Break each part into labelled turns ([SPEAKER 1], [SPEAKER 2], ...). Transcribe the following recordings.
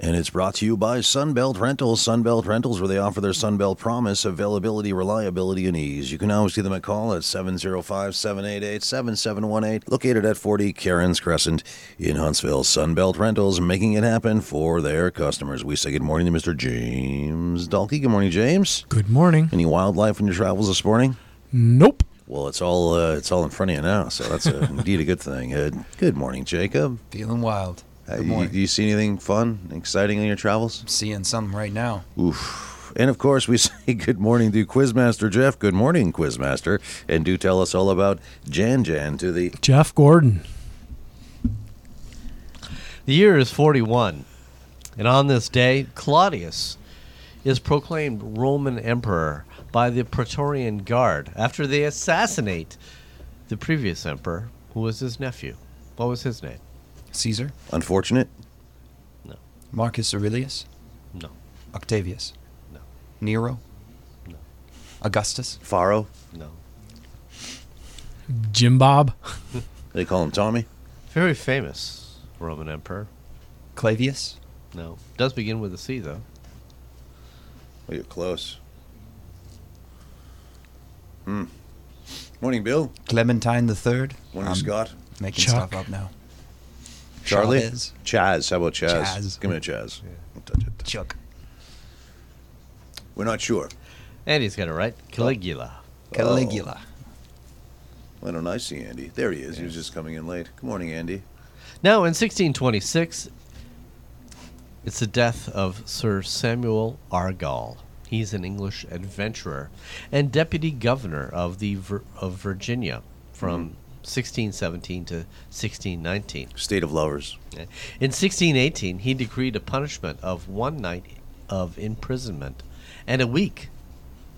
[SPEAKER 1] And it's brought to you by Sunbelt Rentals. Sunbelt Rentals, where they offer their Sunbelt promise, availability, reliability, and ease. You can always give them a call at 705 788 7718, located at 40 Karen's Crescent in Huntsville. Sunbelt Rentals, making it happen for their customers. We say good morning to Mr. James Dalkey. Good morning, James.
[SPEAKER 2] Good morning.
[SPEAKER 1] Any wildlife in your travels this morning?
[SPEAKER 2] Nope.
[SPEAKER 1] Well, it's all uh, it's all in front of you now, so that's a, indeed a good thing. Uh, good morning, Jacob.
[SPEAKER 3] Feeling wild.
[SPEAKER 1] Uh,
[SPEAKER 3] Good
[SPEAKER 1] you-
[SPEAKER 3] morning.
[SPEAKER 1] you see anything fun, exciting in your travels?
[SPEAKER 3] Seeing something right now.
[SPEAKER 1] Oof. And of course, we say good morning to Quizmaster Jeff. Good morning, Quizmaster. And do tell us all about Jan Jan to the.
[SPEAKER 2] Jeff Gordon.
[SPEAKER 4] The year is 41, and on this day, Claudius is proclaimed Roman emperor by the Praetorian Guard after they assassinate the previous emperor, who was his nephew. What was his name?
[SPEAKER 3] Caesar,
[SPEAKER 1] Unfortunate?
[SPEAKER 3] Marcus Aurelius,
[SPEAKER 4] No.
[SPEAKER 3] Octavius,
[SPEAKER 4] No.
[SPEAKER 3] Nero,
[SPEAKER 4] No.
[SPEAKER 3] Augustus,
[SPEAKER 1] Faro?
[SPEAKER 4] No.
[SPEAKER 2] Jim Bob.
[SPEAKER 1] They call him Tommy?
[SPEAKER 4] Very famous Roman emperor.
[SPEAKER 3] Clavius,
[SPEAKER 4] No. Does begin with a C, though.
[SPEAKER 1] Well, you're close. Hmm. Morning, Bill.
[SPEAKER 3] Clementine the Third.
[SPEAKER 1] Morning,
[SPEAKER 3] I'm
[SPEAKER 1] Scott.
[SPEAKER 3] Making
[SPEAKER 2] Chuck.
[SPEAKER 3] stuff up now.
[SPEAKER 1] Charlie?
[SPEAKER 3] Chavez.
[SPEAKER 1] Chaz. How about Chaz?
[SPEAKER 3] Chaz.
[SPEAKER 1] Give me a Chaz. Don't touch it.
[SPEAKER 3] Chuck.
[SPEAKER 1] Oh. We're not sure.
[SPEAKER 4] And he's got it right. Caligula.
[SPEAKER 3] Caligula.
[SPEAKER 1] Why don't I see Andy? There he is. He was just coming in late. Good morning, Andy.
[SPEAKER 4] Now, in 1626, it's the death of Sir Samuel Argall. He's an English adventurer and deputy governor of the Vir- of Virginia from 1617 to 1619.
[SPEAKER 1] State of Lovers.
[SPEAKER 4] In 1618, he decreed a punishment of one night of imprisonment and a week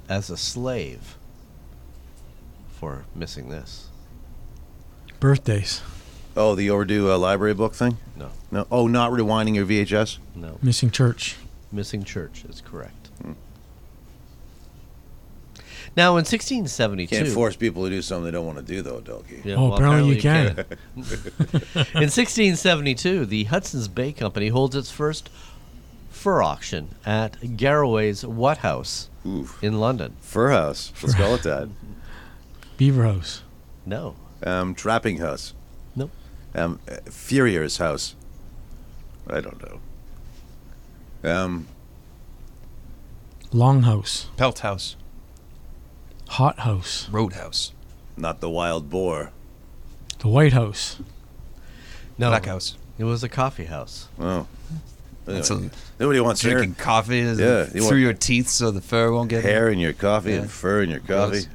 [SPEAKER 4] as a slave for missing this.
[SPEAKER 2] Birthdays.
[SPEAKER 1] Oh, the overdue uh, library book thing?
[SPEAKER 4] No,
[SPEAKER 1] No. Oh, not rewinding your VHS?
[SPEAKER 4] no.
[SPEAKER 2] Missing church.
[SPEAKER 4] Missing church is correct.
[SPEAKER 1] Hmm.
[SPEAKER 4] Now, in 1672.
[SPEAKER 1] Can't force people to do something they don't want to do, though, Delkey.
[SPEAKER 4] Yeah,
[SPEAKER 2] Oh, apparently you
[SPEAKER 4] in 1672, the Hudson's Bay Company holds its first fur auction at Garraway's What House
[SPEAKER 1] Oof.
[SPEAKER 4] in London.
[SPEAKER 1] Fur house. Let's call it that.
[SPEAKER 2] Beaver House.
[SPEAKER 4] No.
[SPEAKER 1] Um, trapping house.
[SPEAKER 4] Nope.
[SPEAKER 1] Um, uh, Furrier's house. I don't know. Um,
[SPEAKER 2] Longhouse.
[SPEAKER 3] Pelt House.
[SPEAKER 2] Hot House.
[SPEAKER 3] Roadhouse.
[SPEAKER 1] not the wild boar.
[SPEAKER 2] The White House.
[SPEAKER 4] No.
[SPEAKER 3] Black House.
[SPEAKER 4] It was a coffee house.
[SPEAKER 1] Oh.
[SPEAKER 3] That's
[SPEAKER 1] Anyway,
[SPEAKER 3] a-
[SPEAKER 1] Nobody wants hair,
[SPEAKER 3] Drinking coffee is-
[SPEAKER 1] Yeah, you
[SPEAKER 3] through
[SPEAKER 1] want-
[SPEAKER 3] your teeth so the fur won't get
[SPEAKER 1] hair in your coffee
[SPEAKER 3] Yeah.
[SPEAKER 1] and fur in your coffee.
[SPEAKER 3] Gross.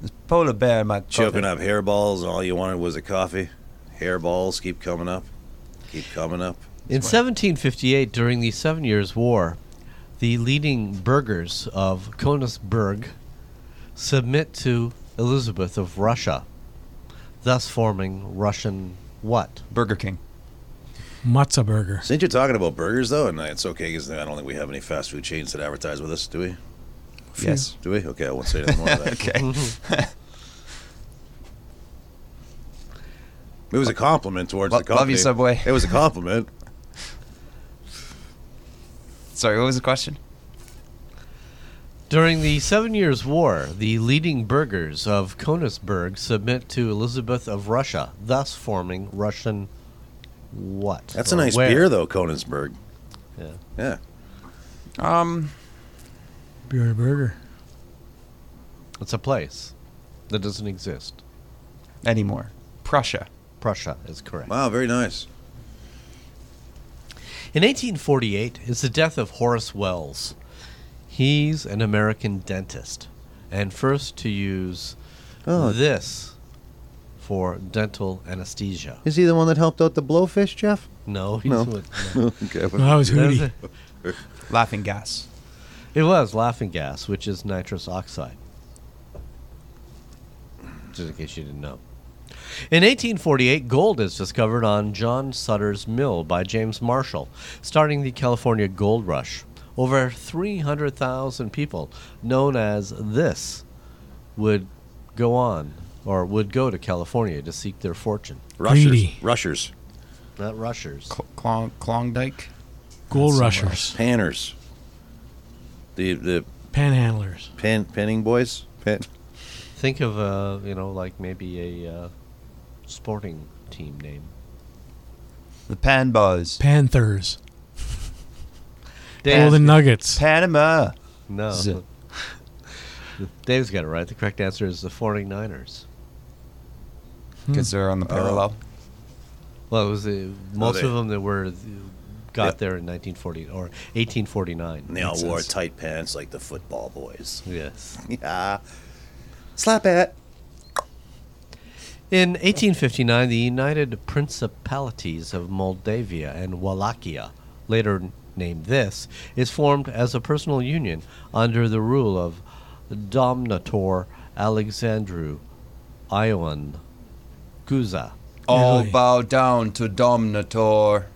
[SPEAKER 3] There's polar bear in my coffee.
[SPEAKER 1] Choking up hairballs. All you wanted was a coffee. Hairballs keep coming up. Keep coming up.
[SPEAKER 4] In 1758, during the Seven Years' War, the leading burghers of Konigsberg submit to Elizabeth of Russia, thus forming Russian what?
[SPEAKER 3] Burger King.
[SPEAKER 2] Matza Burger.
[SPEAKER 1] Since you're talking about burgers, though, and it's okay because I don't think we have any fast food chains that advertise with us, do we?
[SPEAKER 3] Yes.
[SPEAKER 1] Do we? Okay, I won't say anything more of that.
[SPEAKER 3] Okay.
[SPEAKER 1] It was a compliment towards
[SPEAKER 3] Lo-
[SPEAKER 1] the company.
[SPEAKER 3] love you, Subway.
[SPEAKER 1] It was a compliment.
[SPEAKER 3] Sorry, what was the question?
[SPEAKER 4] During the Seven Years' War, the leading burghers of Konigsberg submit to Elizabeth of Russia, thus forming Russian what?
[SPEAKER 1] That's a
[SPEAKER 4] Or
[SPEAKER 1] nice
[SPEAKER 4] where?
[SPEAKER 1] beer, though, Konigsberg.
[SPEAKER 4] Yeah.
[SPEAKER 1] Yeah.
[SPEAKER 3] Um,
[SPEAKER 2] Beer and Burger.
[SPEAKER 4] It's a place that doesn't exist.
[SPEAKER 3] anymore. Prussia.
[SPEAKER 4] Prussia is correct.
[SPEAKER 1] Wow, very nice.
[SPEAKER 4] In 1848 is the death of Horace Wells. He's an American dentist and first to use
[SPEAKER 1] Oh.
[SPEAKER 4] this for dental anesthesia.
[SPEAKER 1] Is he the one that helped out the blowfish, Jeff?
[SPEAKER 4] No, he's
[SPEAKER 1] No.
[SPEAKER 4] with-
[SPEAKER 1] okay.
[SPEAKER 2] No, that was
[SPEAKER 4] There's
[SPEAKER 2] Hootie.
[SPEAKER 4] a-
[SPEAKER 3] Laughing gas.
[SPEAKER 4] it was laughing gas, which is nitrous oxide. Just in case you didn't know. In 1848, gold is discovered on John Sutter's mill by James Marshall, starting the California gold rush. Over 300,000 people, known as this, would go on or would go to California to seek their fortune.
[SPEAKER 1] Rushers.
[SPEAKER 2] Greedy.
[SPEAKER 1] Rushers.
[SPEAKER 4] Not rushers.
[SPEAKER 3] Cl- Clon- Klondike.
[SPEAKER 2] Gold
[SPEAKER 3] somewhere
[SPEAKER 2] rushers,
[SPEAKER 1] Panners. The the
[SPEAKER 2] panhandlers.
[SPEAKER 1] pan panning boys. Pan,
[SPEAKER 4] Think of uh, you know, like maybe a uh, sporting team name.
[SPEAKER 3] The Pan Boys.
[SPEAKER 2] Panthers.
[SPEAKER 4] Dave,
[SPEAKER 2] Golden Nuggets.
[SPEAKER 3] Panama.
[SPEAKER 4] no.
[SPEAKER 3] Z.
[SPEAKER 4] Dave's got it right. The correct answer is the 49ers.
[SPEAKER 2] Hmm.
[SPEAKER 3] Because they're on the parallel.
[SPEAKER 4] Well, it was the most
[SPEAKER 1] Oh, they-
[SPEAKER 4] of them that were th- got
[SPEAKER 1] Yeah.
[SPEAKER 4] there in 1940 or 1849.
[SPEAKER 1] and they all
[SPEAKER 4] Makes
[SPEAKER 1] wore
[SPEAKER 4] sense.
[SPEAKER 1] tight pants like the football boys.
[SPEAKER 4] Yes.
[SPEAKER 1] Yeah. Slap it.
[SPEAKER 4] In 1859, the United Principalities of Moldavia and Wallachia, later n- named this, is formed as a personal union under the rule of Domnator Alexandru Ion Guza.
[SPEAKER 3] All
[SPEAKER 2] Really?
[SPEAKER 3] bow down to Domnator.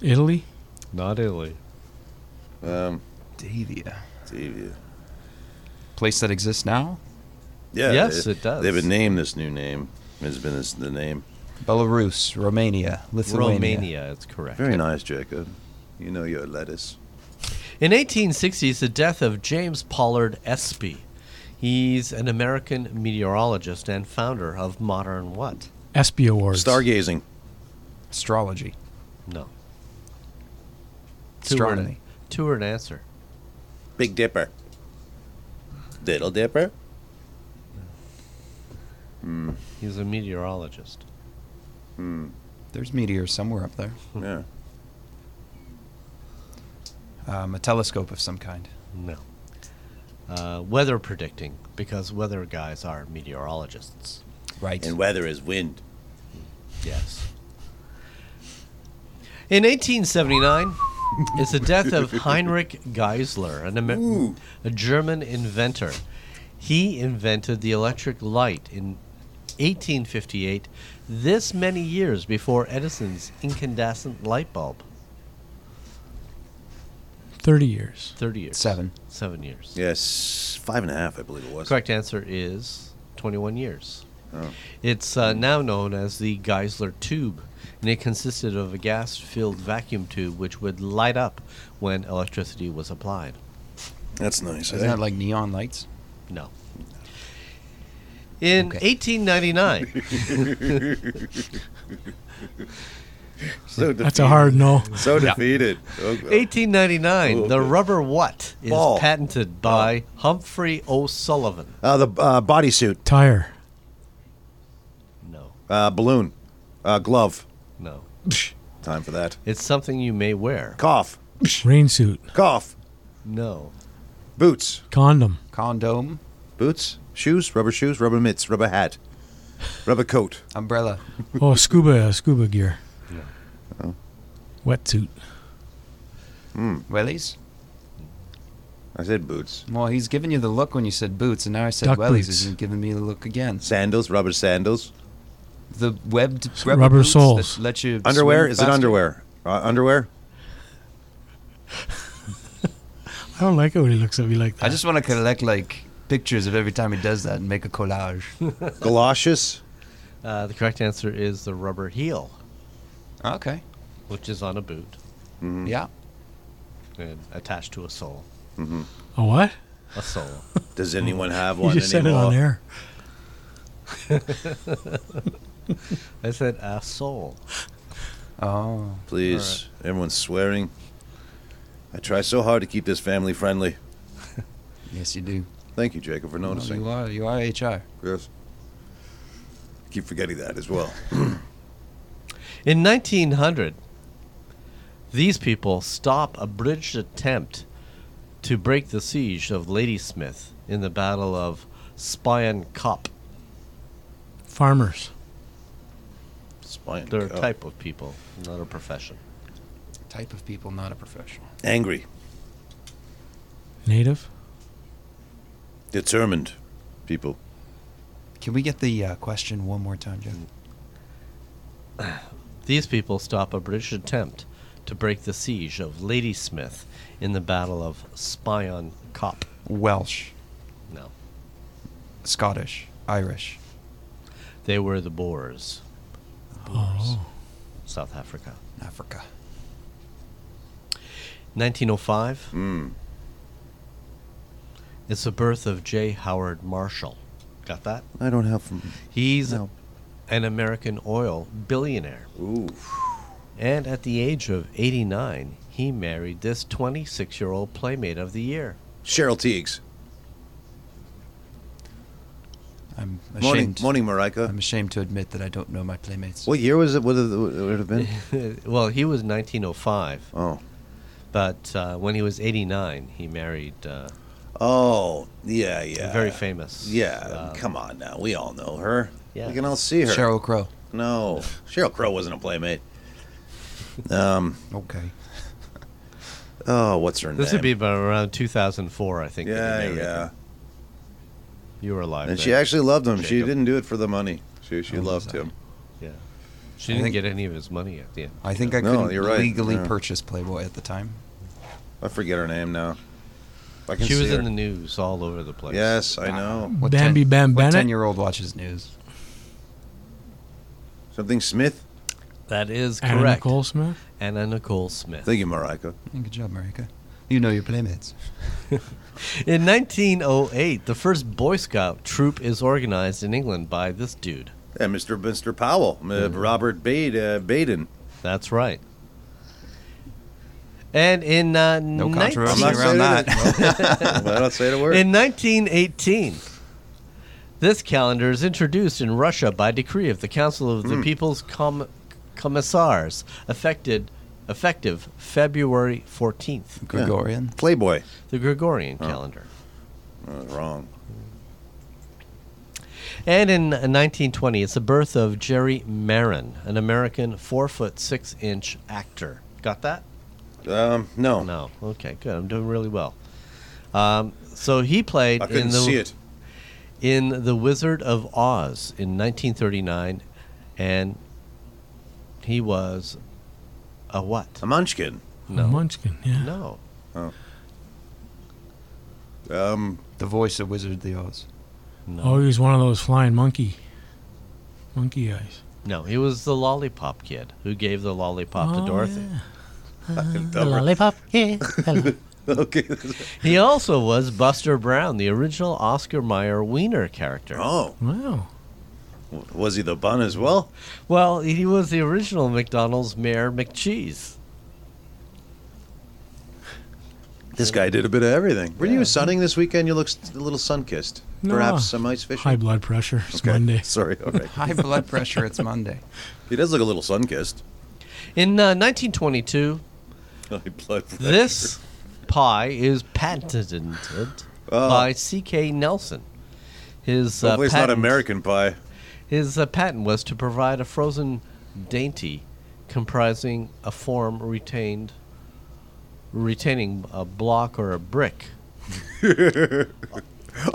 [SPEAKER 2] Italy.
[SPEAKER 4] Not Italy.
[SPEAKER 1] Um,
[SPEAKER 3] Davia.
[SPEAKER 1] see,
[SPEAKER 3] Place that exists now?
[SPEAKER 1] yeah.
[SPEAKER 4] Yes,
[SPEAKER 1] they-
[SPEAKER 4] it does.
[SPEAKER 1] They've been named this new name. Has been this, the name.
[SPEAKER 3] Belarus, Romania, Lithuania.
[SPEAKER 4] Romania, it's correct.
[SPEAKER 1] Very nice, Jacob. You know your lettuce.
[SPEAKER 4] In 1860s, the death of James Pollard Espy. He's an American meteorologist and founder of Modern What?
[SPEAKER 2] ESPY awards.
[SPEAKER 1] Stargazing.
[SPEAKER 3] Astrology.
[SPEAKER 4] No. Two word-
[SPEAKER 3] Astronomy.
[SPEAKER 4] Two word answer.
[SPEAKER 1] Big Dipper. Little Dipper.
[SPEAKER 4] He's a meteorologist.
[SPEAKER 3] There's meteors somewhere up there.
[SPEAKER 1] Hmm. Yeah.
[SPEAKER 3] Um, a telescope of some kind.
[SPEAKER 4] No. Uh, weather predicting, because weather guys are meteorologists.
[SPEAKER 3] Right.
[SPEAKER 1] And weather is wind.
[SPEAKER 4] Yes. In 1879, it's the death of Heinrich Geisler, an Amer-
[SPEAKER 1] Ooh.
[SPEAKER 4] a German inventor. He invented the electric light in 1858, this many years before Edison's incandescent light bulb.
[SPEAKER 2] Thirty years.
[SPEAKER 4] 30 years.
[SPEAKER 3] Seven.
[SPEAKER 4] Seven years.
[SPEAKER 1] Yes, five and a half, I believe it was.
[SPEAKER 4] Correct answer is 21 years.
[SPEAKER 1] Oh.
[SPEAKER 4] It's uh, now known as the Geisler tube, and it consisted of a gas filled vacuum tube which would light up when electricity was applied.
[SPEAKER 1] That's nice.
[SPEAKER 3] Isn't
[SPEAKER 1] eh?
[SPEAKER 3] that like neon lights?
[SPEAKER 4] No. In
[SPEAKER 3] Okay.
[SPEAKER 4] 1899,
[SPEAKER 1] so defeated.
[SPEAKER 2] That's a hard no.
[SPEAKER 1] So
[SPEAKER 4] Yeah.
[SPEAKER 1] defeated. Oh, well.
[SPEAKER 4] 1899, the
[SPEAKER 1] Okay.
[SPEAKER 4] rubber what is
[SPEAKER 1] Ball.
[SPEAKER 4] patented by Humphrey O'Sullivan.
[SPEAKER 1] Uh, the uh, bodysuit,
[SPEAKER 2] Tire.
[SPEAKER 4] No,
[SPEAKER 1] uh, balloon, uh, glove.
[SPEAKER 4] no.
[SPEAKER 1] Time for that.
[SPEAKER 4] It's something you may wear.
[SPEAKER 1] Cough,
[SPEAKER 2] Rain suit.
[SPEAKER 1] cough.
[SPEAKER 4] No.
[SPEAKER 1] Boots,
[SPEAKER 2] Condom.
[SPEAKER 3] Condom,
[SPEAKER 1] boots, shoes, rubber shoes, rubber mitts, rubber hat, rubber coat.
[SPEAKER 3] umbrella,
[SPEAKER 2] Oh, scuba scuba gear. Wetsuit.
[SPEAKER 3] wellies.
[SPEAKER 1] I said boots.
[SPEAKER 3] Well, he's giving you the look when you said boots, and now I said
[SPEAKER 2] Duck
[SPEAKER 3] wellies.
[SPEAKER 2] boots.
[SPEAKER 3] He's giving me the look again.
[SPEAKER 1] Sandals, rubber sandals.
[SPEAKER 3] The webbed
[SPEAKER 2] S-
[SPEAKER 3] rubber,
[SPEAKER 2] rubber
[SPEAKER 3] boots
[SPEAKER 2] soles.
[SPEAKER 3] That let you
[SPEAKER 1] Underwear?
[SPEAKER 3] swim
[SPEAKER 1] Is it
[SPEAKER 3] faster.
[SPEAKER 1] underwear? Uh, underwear?
[SPEAKER 2] I don't like it when he looks at me like that.
[SPEAKER 3] I just want to collect like pictures of every time he does that and make a collage.
[SPEAKER 1] Galoshes?
[SPEAKER 4] Uh, the correct answer is the rubber heel,
[SPEAKER 3] okay.
[SPEAKER 4] which is on a boot
[SPEAKER 1] Mm.
[SPEAKER 3] Yeah.
[SPEAKER 4] and attached to a sole.
[SPEAKER 2] A what?
[SPEAKER 4] A sole.
[SPEAKER 1] Does anyone have
[SPEAKER 2] You
[SPEAKER 1] one
[SPEAKER 2] just said it
[SPEAKER 1] anymore?
[SPEAKER 2] on air.
[SPEAKER 4] I said a soul.
[SPEAKER 3] Oh.
[SPEAKER 1] Please, everyone's swearing. I try so hard to keep this family friendly.
[SPEAKER 3] Yes, you do.
[SPEAKER 1] Thank you, Jacob, for
[SPEAKER 3] Well,
[SPEAKER 1] noticing.
[SPEAKER 3] you are. You are HR.
[SPEAKER 1] Yes. I keep forgetting that as well.
[SPEAKER 4] In 1900, these people stop a bridged attempt to break the siege of Ladysmith in the Battle of Spion Kop.
[SPEAKER 2] Farmers.
[SPEAKER 1] Spine
[SPEAKER 4] They're a
[SPEAKER 1] cup.
[SPEAKER 4] type of people, not a profession.
[SPEAKER 3] Type of people, not a professional.
[SPEAKER 1] Angry,
[SPEAKER 2] Native.
[SPEAKER 1] determined people.
[SPEAKER 3] Can we get the uh, question one more time, Jeff?
[SPEAKER 4] These people stop a British attempt to break the siege of Ladysmith in the Battle of Spion Kop.
[SPEAKER 3] Welsh,
[SPEAKER 4] No.
[SPEAKER 3] Scottish, Irish.
[SPEAKER 4] They were the Boers.
[SPEAKER 2] Oh,
[SPEAKER 4] South Africa.
[SPEAKER 3] Africa.
[SPEAKER 4] 1905
[SPEAKER 1] Mm.
[SPEAKER 4] It's the birth of J. Howard Marshall. Got that?
[SPEAKER 1] I don't have.
[SPEAKER 4] He's
[SPEAKER 1] No.
[SPEAKER 4] an American oil billionaire.
[SPEAKER 1] Ooh.
[SPEAKER 4] And at the age of 89, he married this 26 year old Playmate of the Year.
[SPEAKER 1] Cheryl Teagues.
[SPEAKER 3] I'm
[SPEAKER 1] Morning,
[SPEAKER 3] ashamed.
[SPEAKER 1] morning, Marika.
[SPEAKER 3] I'm ashamed to admit that I don't know my playmates.
[SPEAKER 1] What year was it? Would it, would it have been?
[SPEAKER 4] well, he was 1905,
[SPEAKER 1] Oh.
[SPEAKER 4] but uh, when he was 89, he married uh,
[SPEAKER 1] Oh, yeah, yeah.
[SPEAKER 4] very famous.
[SPEAKER 1] Yeah,
[SPEAKER 4] um,
[SPEAKER 1] come on now. We all know her.
[SPEAKER 4] Yeah.
[SPEAKER 1] We can all see her.
[SPEAKER 3] Cheryl Crow.
[SPEAKER 1] No, Cheryl Crow wasn't a playmate. Um.
[SPEAKER 3] Okay.
[SPEAKER 1] Oh, what's her name?
[SPEAKER 4] This would be about around 2004, I think. that he
[SPEAKER 1] Yeah,
[SPEAKER 4] married
[SPEAKER 1] yeah.
[SPEAKER 4] him. You were alive.
[SPEAKER 1] And
[SPEAKER 4] then.
[SPEAKER 1] she actually loved him. She
[SPEAKER 4] Jacob.
[SPEAKER 1] didn't do it for the money. She she
[SPEAKER 3] Oh,
[SPEAKER 1] loved
[SPEAKER 3] sorry.
[SPEAKER 1] him.
[SPEAKER 4] Yeah. She
[SPEAKER 3] I
[SPEAKER 4] didn't
[SPEAKER 3] think-
[SPEAKER 4] get any of his money at the end.
[SPEAKER 3] I think I
[SPEAKER 1] No,
[SPEAKER 3] couldn't
[SPEAKER 1] you're right,
[SPEAKER 3] legally
[SPEAKER 1] yeah.
[SPEAKER 3] purchase Playboy at the time.
[SPEAKER 1] I forget her name now. I can
[SPEAKER 4] She
[SPEAKER 1] see
[SPEAKER 4] was
[SPEAKER 1] her.
[SPEAKER 4] in the news all over the place.
[SPEAKER 1] Yes, I know.
[SPEAKER 3] What
[SPEAKER 2] Bambi
[SPEAKER 3] ten-
[SPEAKER 2] Bam
[SPEAKER 3] What
[SPEAKER 2] Bennett?
[SPEAKER 3] ten-year-old watches news?
[SPEAKER 1] Something Smith.
[SPEAKER 4] That is
[SPEAKER 2] Anna
[SPEAKER 4] correct.
[SPEAKER 2] Nicole Smith?
[SPEAKER 4] Anna Nicole Smith.
[SPEAKER 1] Thank you, Marika.
[SPEAKER 3] Yeah, Good job, Marika. You know your playmates.
[SPEAKER 4] In 1908, the first Boy Scout troop is organized in England by this dude.
[SPEAKER 1] Yeah, Mr. Mr. Powell, uh, Robert Bade, uh, Baden.
[SPEAKER 4] That's right. And in uh,
[SPEAKER 3] No
[SPEAKER 4] 19
[SPEAKER 3] controversy
[SPEAKER 1] I'm not
[SPEAKER 3] around
[SPEAKER 1] saying
[SPEAKER 3] that.
[SPEAKER 1] I don't say the word.
[SPEAKER 4] in 1918, this calendar is introduced in Russia by decree of the Council of
[SPEAKER 1] Hmm.
[SPEAKER 4] the People's Com- Commissars, affected, effective February 14th,
[SPEAKER 3] Gregorian.
[SPEAKER 1] Playboy.
[SPEAKER 4] the Gregorian calendar.
[SPEAKER 1] Oh, wrong.
[SPEAKER 4] And in 1920, it's the birth of Jerry Marin, an American four foot six inch actor. Got that?
[SPEAKER 1] Um, no.
[SPEAKER 4] No. Okay, good. I'm doing really well. Um, so he played
[SPEAKER 1] I
[SPEAKER 4] in
[SPEAKER 1] couldn't
[SPEAKER 4] the
[SPEAKER 1] see it.
[SPEAKER 4] in The Wizard of Oz in 1939, and he was a what?
[SPEAKER 1] A munchkin.
[SPEAKER 4] No.
[SPEAKER 2] Munchkin, yeah.
[SPEAKER 4] No.
[SPEAKER 1] Um,
[SPEAKER 3] The voice of Wizard of the Oz.
[SPEAKER 4] No.
[SPEAKER 2] Oh, he was one of those flying monkey. Monkey eyes.
[SPEAKER 4] no. He was the lollipop kid who gave the lollipop
[SPEAKER 2] Oh,
[SPEAKER 4] to Dorothy.
[SPEAKER 2] yeah.
[SPEAKER 1] the
[SPEAKER 2] lollipop. Yeah. hello.
[SPEAKER 1] okay.
[SPEAKER 4] He also was Buster Brown, the original Oscar Mayer Wiener character.
[SPEAKER 1] Oh,
[SPEAKER 2] wow.
[SPEAKER 1] w- was he the bun as well?
[SPEAKER 4] Well, he was the original McDonald's Mayor McCheese.
[SPEAKER 1] This guy did a bit of everything. Were
[SPEAKER 4] Yeah.
[SPEAKER 1] you sunning this weekend? You look s- a little sun kissed.
[SPEAKER 2] No.
[SPEAKER 1] Perhaps some ice fishing.
[SPEAKER 2] High blood pressure. It's Monday.
[SPEAKER 1] Sorry. All right.
[SPEAKER 3] High blood pressure. It's Monday.
[SPEAKER 1] He does look a little sun kissed.
[SPEAKER 4] In uh, 1922, this uh, pie is patented
[SPEAKER 1] Oh.
[SPEAKER 4] by C.K. Nelson. His uh,
[SPEAKER 1] Hopefully, it's not
[SPEAKER 4] patent-
[SPEAKER 1] American pie.
[SPEAKER 4] His uh, patent was to provide a frozen dainty comprising a form retained retaining a block or a brick
[SPEAKER 1] Oh,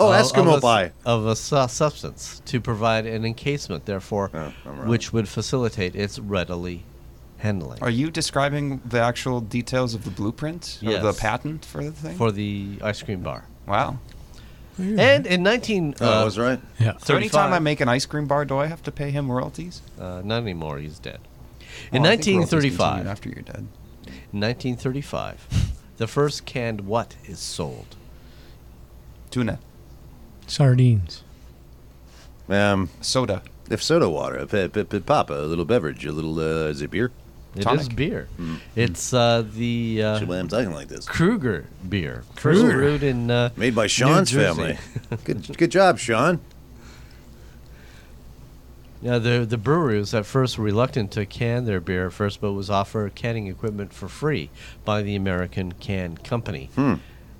[SPEAKER 4] of- of a
[SPEAKER 1] Eskimo
[SPEAKER 4] s-
[SPEAKER 1] pie.
[SPEAKER 4] of a su- substance to provide an encasement, therefore,
[SPEAKER 1] Oh, I'm wrong.
[SPEAKER 4] which would facilitate its readily handling.
[SPEAKER 3] Are you describing the actual details of the blueprint or the
[SPEAKER 4] Yes.
[SPEAKER 3] patent for the thing?
[SPEAKER 4] for the ice cream bar.
[SPEAKER 3] wow. Hmm.
[SPEAKER 4] And in uh, 19
[SPEAKER 1] Oh, I was right.
[SPEAKER 2] Yeah.
[SPEAKER 3] So anytime
[SPEAKER 4] 35.
[SPEAKER 3] I make an ice cream bar, do I have to pay him royalties?
[SPEAKER 4] uh, not anymore, he's dead. In
[SPEAKER 3] Well, Oh, I think royalties
[SPEAKER 4] 1935,
[SPEAKER 3] continue After you're dead.
[SPEAKER 4] 1935, the first canned what is sold?
[SPEAKER 3] Tuna.
[SPEAKER 2] Sardines.
[SPEAKER 1] Um,
[SPEAKER 3] Soda.
[SPEAKER 1] if soda water, if, if, if, if papa, a little beverage, a little uh, is it beer?
[SPEAKER 4] It is
[SPEAKER 3] Tonic.
[SPEAKER 4] beer.
[SPEAKER 1] Hmm.
[SPEAKER 4] It's uh, the
[SPEAKER 1] Shit,
[SPEAKER 4] uh,
[SPEAKER 1] why I'm talking like this.
[SPEAKER 4] Kruger beer. First
[SPEAKER 2] Kruger.
[SPEAKER 4] brewed in uh,
[SPEAKER 1] Made by Sean's
[SPEAKER 4] Jersey.
[SPEAKER 1] family. good, good job, Sean.
[SPEAKER 4] Now, the the brewery was at first reluctant to can their beer at first, but was offered canning equipment for free by the American Can Company,
[SPEAKER 1] Hmm.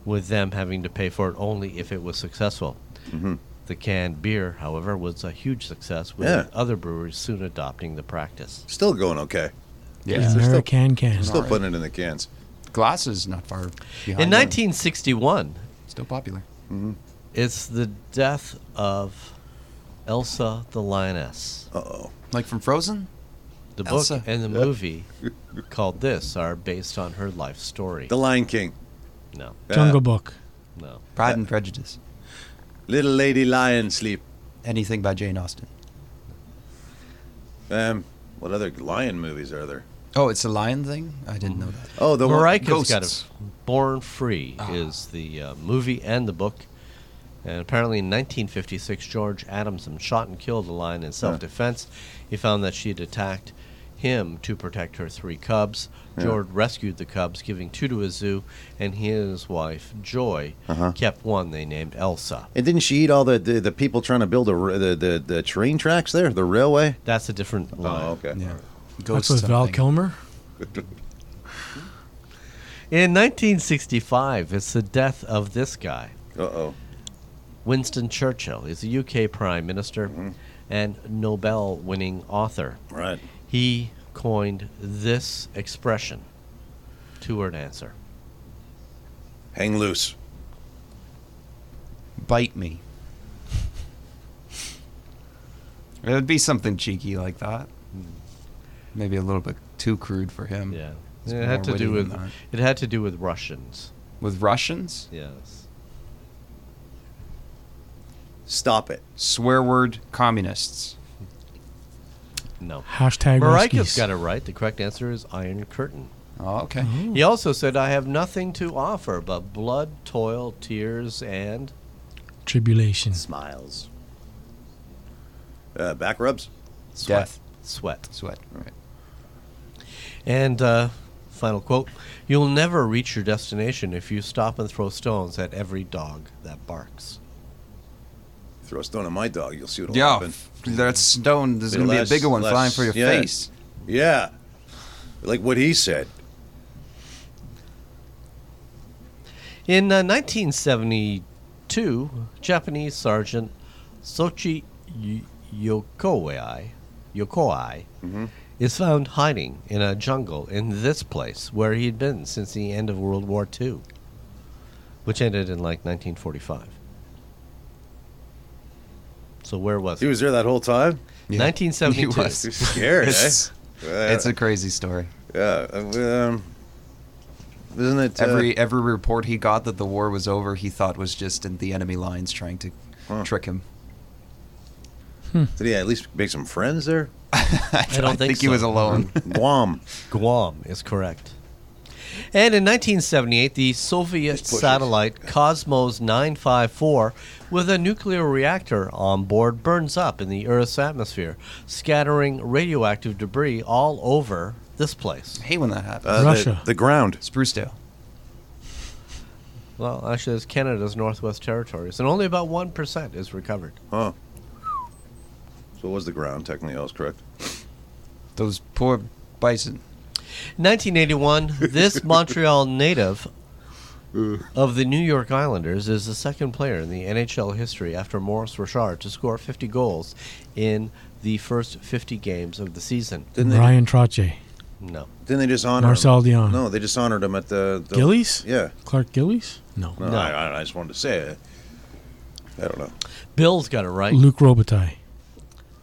[SPEAKER 4] with them having to pay for it only if it was successful.
[SPEAKER 1] Mm-hmm.
[SPEAKER 4] The canned beer, however, was a huge success, with
[SPEAKER 1] Yeah.
[SPEAKER 4] other breweries soon adopting the practice.
[SPEAKER 1] Still going okay.
[SPEAKER 3] Yeah.
[SPEAKER 2] American can.
[SPEAKER 1] Still
[SPEAKER 3] All right.
[SPEAKER 1] putting it in the cans.
[SPEAKER 3] Glass is not far behind. them.
[SPEAKER 4] In 1961,
[SPEAKER 3] Still popular.
[SPEAKER 4] it's the death of Elsa the Lioness.
[SPEAKER 1] Uh oh.
[SPEAKER 3] Like from Frozen?
[SPEAKER 4] The book
[SPEAKER 3] Elsa.
[SPEAKER 4] and the movie called This are based on her life story.
[SPEAKER 1] The Lion King.
[SPEAKER 4] No,
[SPEAKER 1] Uh,
[SPEAKER 2] Jungle Book.
[SPEAKER 4] no.
[SPEAKER 3] Pride and Prejudice.
[SPEAKER 1] Little Lady Lion Sleep.
[SPEAKER 3] Anything by Jane Austen.
[SPEAKER 1] Um, What other lion movies are there?
[SPEAKER 3] Oh, it's a lion thing. I didn't know that.
[SPEAKER 1] Oh, the one-
[SPEAKER 4] Marika's got
[SPEAKER 3] Ghosts.
[SPEAKER 4] a Born Free
[SPEAKER 1] Ah.
[SPEAKER 4] is the uh, movie and the book. And apparently in 1956, George Adamson shot and killed a lion in self defense. He found that she had attacked him to protect her three cubs. George rescued the cubs, giving two to a zoo, and he and his wife, Joy,
[SPEAKER 1] Uh-huh.
[SPEAKER 4] kept one they named Elsa.
[SPEAKER 1] And didn't she eat all the, the, the people trying to build a, r- the, the the train tracks there, the railway?
[SPEAKER 4] That's a different lion.
[SPEAKER 1] Oh, okay.
[SPEAKER 3] Yeah.
[SPEAKER 2] That's with Val
[SPEAKER 3] something.
[SPEAKER 2] Kilmer.
[SPEAKER 4] In 1965, it's the death of this guy.
[SPEAKER 1] Uh oh.
[SPEAKER 4] Winston Churchill is a UK Prime Minister and Nobel winning author.
[SPEAKER 1] Right.
[SPEAKER 4] He coined this expression two word answer.
[SPEAKER 1] Hang loose.
[SPEAKER 3] Bite me. It would be something cheeky like that. Maybe a little bit too crude for him.
[SPEAKER 4] Yeah.
[SPEAKER 3] Mm. It's
[SPEAKER 4] it had
[SPEAKER 3] more
[SPEAKER 4] to do
[SPEAKER 3] witty
[SPEAKER 4] with
[SPEAKER 3] than
[SPEAKER 4] it had to do with Russians.
[SPEAKER 3] With Russians,
[SPEAKER 4] Yes.
[SPEAKER 1] Stop it.
[SPEAKER 3] swear word communists.
[SPEAKER 4] No.
[SPEAKER 2] Hashtag
[SPEAKER 4] Marika's
[SPEAKER 2] Marika's
[SPEAKER 4] got it right. The correct answer is Iron Curtain.
[SPEAKER 3] Oh, okay.
[SPEAKER 1] Mm-hmm.
[SPEAKER 4] He also said, I have nothing to offer but blood, toil, tears, and
[SPEAKER 2] tribulation.
[SPEAKER 1] Smiles. Uh, back rubs.
[SPEAKER 4] sweat.
[SPEAKER 3] Death.
[SPEAKER 4] Sweat.
[SPEAKER 3] Sweat. Right.
[SPEAKER 4] And uh, final quote You'll never reach your destination if you stop and throw stones at every dog that barks.
[SPEAKER 1] Throw a stone at my dog. You'll see what'll
[SPEAKER 3] Yeah,
[SPEAKER 1] happen.
[SPEAKER 3] f- that stone. There's
[SPEAKER 1] Be
[SPEAKER 3] gonna
[SPEAKER 1] less-
[SPEAKER 3] be a bigger one
[SPEAKER 1] less-
[SPEAKER 3] flying for your
[SPEAKER 1] yeah.
[SPEAKER 3] face.
[SPEAKER 1] Yeah. Like what he said.
[SPEAKER 4] In uh, 1972, Japanese Sergeant Sochi Y- Yokoi, Yokoi
[SPEAKER 1] Mm-hmm.
[SPEAKER 4] is found hiding in a jungle in this place where he had been since the end of World War II, which ended in like 1945. So where was
[SPEAKER 1] He
[SPEAKER 4] it?
[SPEAKER 1] was there that whole time.
[SPEAKER 3] Yeah.
[SPEAKER 4] 1972.
[SPEAKER 3] He was.
[SPEAKER 1] You're scared, eh?
[SPEAKER 3] It's-
[SPEAKER 1] Yeah.
[SPEAKER 3] It's a crazy story.
[SPEAKER 1] yeah. uh, Um, isn't it uh,
[SPEAKER 3] Every every report he got that the war was over, he thought was just in the enemy lines trying to
[SPEAKER 1] Huh.
[SPEAKER 3] trick him.
[SPEAKER 1] Did he at least make some friends there?
[SPEAKER 3] I,
[SPEAKER 4] don't think
[SPEAKER 3] he was
[SPEAKER 4] so.
[SPEAKER 1] Mm-hmm.
[SPEAKER 3] alone.
[SPEAKER 1] Guam.
[SPEAKER 4] Guam is correct. And in 1978, the Soviet
[SPEAKER 1] Just push it.
[SPEAKER 4] satellite Cosmos 954, with a nuclear reactor on board, burns up in the Earth's atmosphere, scattering radioactive debris all over this place.
[SPEAKER 3] I hate when that happens.
[SPEAKER 1] Uh, the-
[SPEAKER 2] Russia.
[SPEAKER 1] The, ground.
[SPEAKER 3] Sprucedale.
[SPEAKER 4] Well, actually, it's Canada's Northwest Territories, and only about 1% is recovered.
[SPEAKER 1] Huh. So it was the ground, technically. I was correct.
[SPEAKER 3] Those poor bison.
[SPEAKER 4] 1981, this Montreal native of the New York Islanders is the second player in the NHL history after Maurice Richard to score 50 goals in the first 50 games of the season.
[SPEAKER 1] Didn't they,
[SPEAKER 2] Ryan Troche.
[SPEAKER 4] No.
[SPEAKER 1] didn't they just honor
[SPEAKER 2] Marcel
[SPEAKER 1] him?
[SPEAKER 2] Dion.
[SPEAKER 1] No, they just honored him at the. the
[SPEAKER 2] Gillies?
[SPEAKER 1] Yeah.
[SPEAKER 2] Clark Gillies? No.
[SPEAKER 1] No, I, I, I just wanted to say it. I don't know.
[SPEAKER 4] Bill's got it right.
[SPEAKER 2] Luke Robitaille.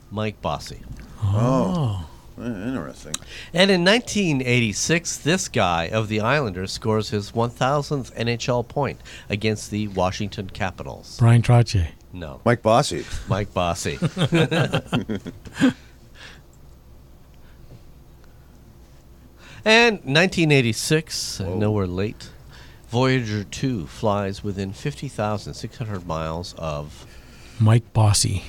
[SPEAKER 4] Mike Bossy.
[SPEAKER 2] Oh.
[SPEAKER 1] Eh, Interesting.
[SPEAKER 4] And in 1986, this guy of the Islanders scores his 1,000th NHL point against the Washington Capitals.
[SPEAKER 2] Brian Troche.
[SPEAKER 4] No.
[SPEAKER 1] Mike Bossy.
[SPEAKER 4] Mike Bossy. and 1986,
[SPEAKER 1] Whoa.
[SPEAKER 4] nowhere late, Voyager 2 flies within 50,600 miles of.
[SPEAKER 2] Mike Bossy.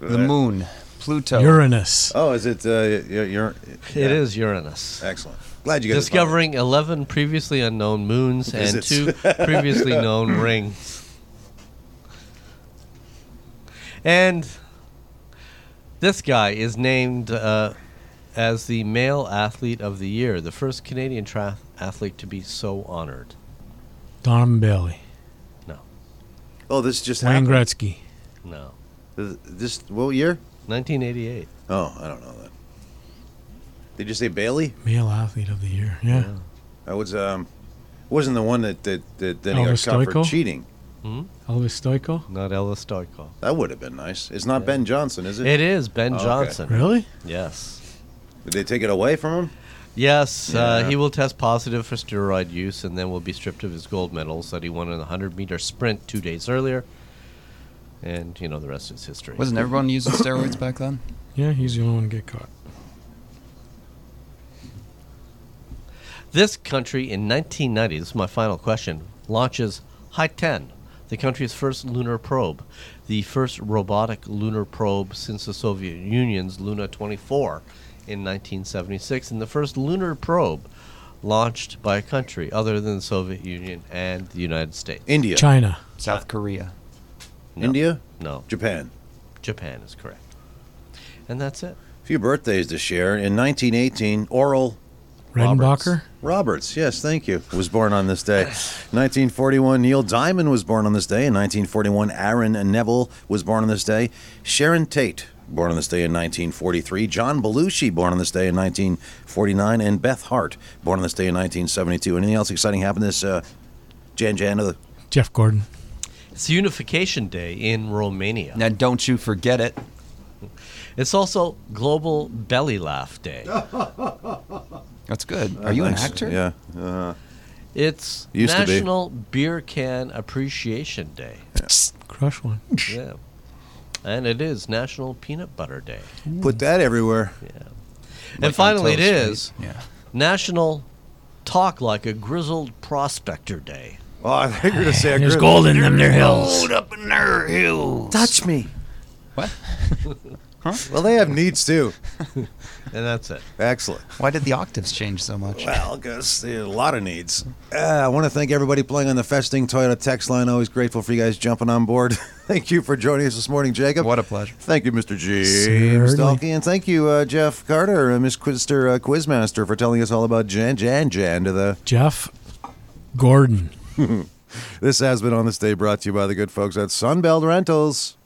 [SPEAKER 3] The moon. Pluto.
[SPEAKER 2] Uranus.
[SPEAKER 1] Uh, Oh, is it? Uh, you're, you're,
[SPEAKER 4] It is Uranus.
[SPEAKER 1] Excellent. Glad you got this part.
[SPEAKER 4] Discovering 11 previously unknown moons and
[SPEAKER 1] Visits.
[SPEAKER 4] two previously known rings. And this guy is named uh, as the Male Athlete of the Year, the first Canadian tra- athlete to be so honored.
[SPEAKER 2] Donovan Bailey.
[SPEAKER 4] No,
[SPEAKER 1] Oh, this just
[SPEAKER 2] Wayne
[SPEAKER 1] happened.
[SPEAKER 2] Gretzky.
[SPEAKER 4] no.
[SPEAKER 1] Th- This what year?
[SPEAKER 4] 1988.
[SPEAKER 1] Oh, I don't know that. Did you say Bailey?
[SPEAKER 2] Male athlete of the year. Yeah.
[SPEAKER 1] I was um, wasn't the one that that that, that he got
[SPEAKER 2] Elvis
[SPEAKER 1] caught for
[SPEAKER 2] Stoico?
[SPEAKER 1] cheating.
[SPEAKER 2] Elvis Stoico.
[SPEAKER 4] Not Elvis Stoico.
[SPEAKER 1] That would have been nice. It's not Ben Johnson, is it?
[SPEAKER 4] It is Ben
[SPEAKER 1] Oh, okay.
[SPEAKER 4] Johnson.
[SPEAKER 2] Really?
[SPEAKER 4] Yes.
[SPEAKER 1] Did they take it away from him?
[SPEAKER 4] Yes, uh,
[SPEAKER 1] Yeah.
[SPEAKER 4] he will test positive for steroid use and then will be stripped of his gold medals that he won in the 100 meter sprint two days earlier. and you know the rest is history.
[SPEAKER 3] Wasn't everyone using steroids back then?
[SPEAKER 2] Yeah, he's the only one to get caught.
[SPEAKER 4] This country in 1990, this is my final question, launches Hi-10, the country's first lunar probe, the first robotic lunar probe since the Soviet Union's Luna 24 in 1976, and the first lunar probe launched by a country other than the Soviet Union and the United States.
[SPEAKER 1] India.
[SPEAKER 2] China.
[SPEAKER 3] South Korea.
[SPEAKER 4] No,
[SPEAKER 1] India?
[SPEAKER 4] No,
[SPEAKER 1] Japan.
[SPEAKER 4] Japan is correct. And that's it.
[SPEAKER 1] A few birthdays to share. In 1918, Oral
[SPEAKER 4] Roberts.
[SPEAKER 2] Redenbacher.
[SPEAKER 1] Roberts, yes, thank you, was born on this day. 1941, Neil Diamond was born on this day. In 1941, Aaron Neville was born on this day. Sharon Tate, born on this day in 1943. John Belushi, born on this day in 1949. And Beth Hart, born on this day in 1972. Anything else exciting happened this uh, Jan Jan of the
[SPEAKER 2] Jeff Gordon.
[SPEAKER 4] It's Unification Day in Romania.
[SPEAKER 3] Now, don't you forget it.
[SPEAKER 4] It's also Global Belly Laugh Day.
[SPEAKER 3] That's good. Are you an
[SPEAKER 1] Thanks.
[SPEAKER 3] actor?
[SPEAKER 1] Yeah.
[SPEAKER 4] It's
[SPEAKER 1] Used to be.
[SPEAKER 4] National Beer Can Appreciation Day.
[SPEAKER 2] Crush one.
[SPEAKER 4] yeah. And it is National Peanut Butter Day.
[SPEAKER 2] Mm.
[SPEAKER 1] Put that everywhere.
[SPEAKER 3] Like on
[SPEAKER 4] and finally, it
[SPEAKER 3] Toast, right?
[SPEAKER 4] is
[SPEAKER 3] Yeah.
[SPEAKER 4] National Talk Like a Grizzled Prospector Day.
[SPEAKER 1] Oh, I think you're going to say a
[SPEAKER 2] There's
[SPEAKER 1] group.
[SPEAKER 2] gold in them there hills.
[SPEAKER 3] up in their hills.
[SPEAKER 1] Touch me.
[SPEAKER 3] What?
[SPEAKER 1] Well, they have needs too.
[SPEAKER 4] And that's it.
[SPEAKER 1] Excellent.
[SPEAKER 3] Why did the octaves change so much?
[SPEAKER 1] Well, because a lot of needs. Uh, I want to thank everybody playing on the Festing Toyota text line. Always grateful for you guys jumping on board. thank you for joining us this morning, Jacob.
[SPEAKER 3] What a pleasure.
[SPEAKER 1] Thank you, Mr. James
[SPEAKER 2] Certainly.
[SPEAKER 1] Stalky, and thank you, uh, Jeff Carter, uh, Miss Quister uh, Quizmaster, for telling us all about Jan Jan Jan to the
[SPEAKER 2] Jeff Gordon.
[SPEAKER 1] This has been On This Day brought to you by the good folks at Sunbelt Rentals.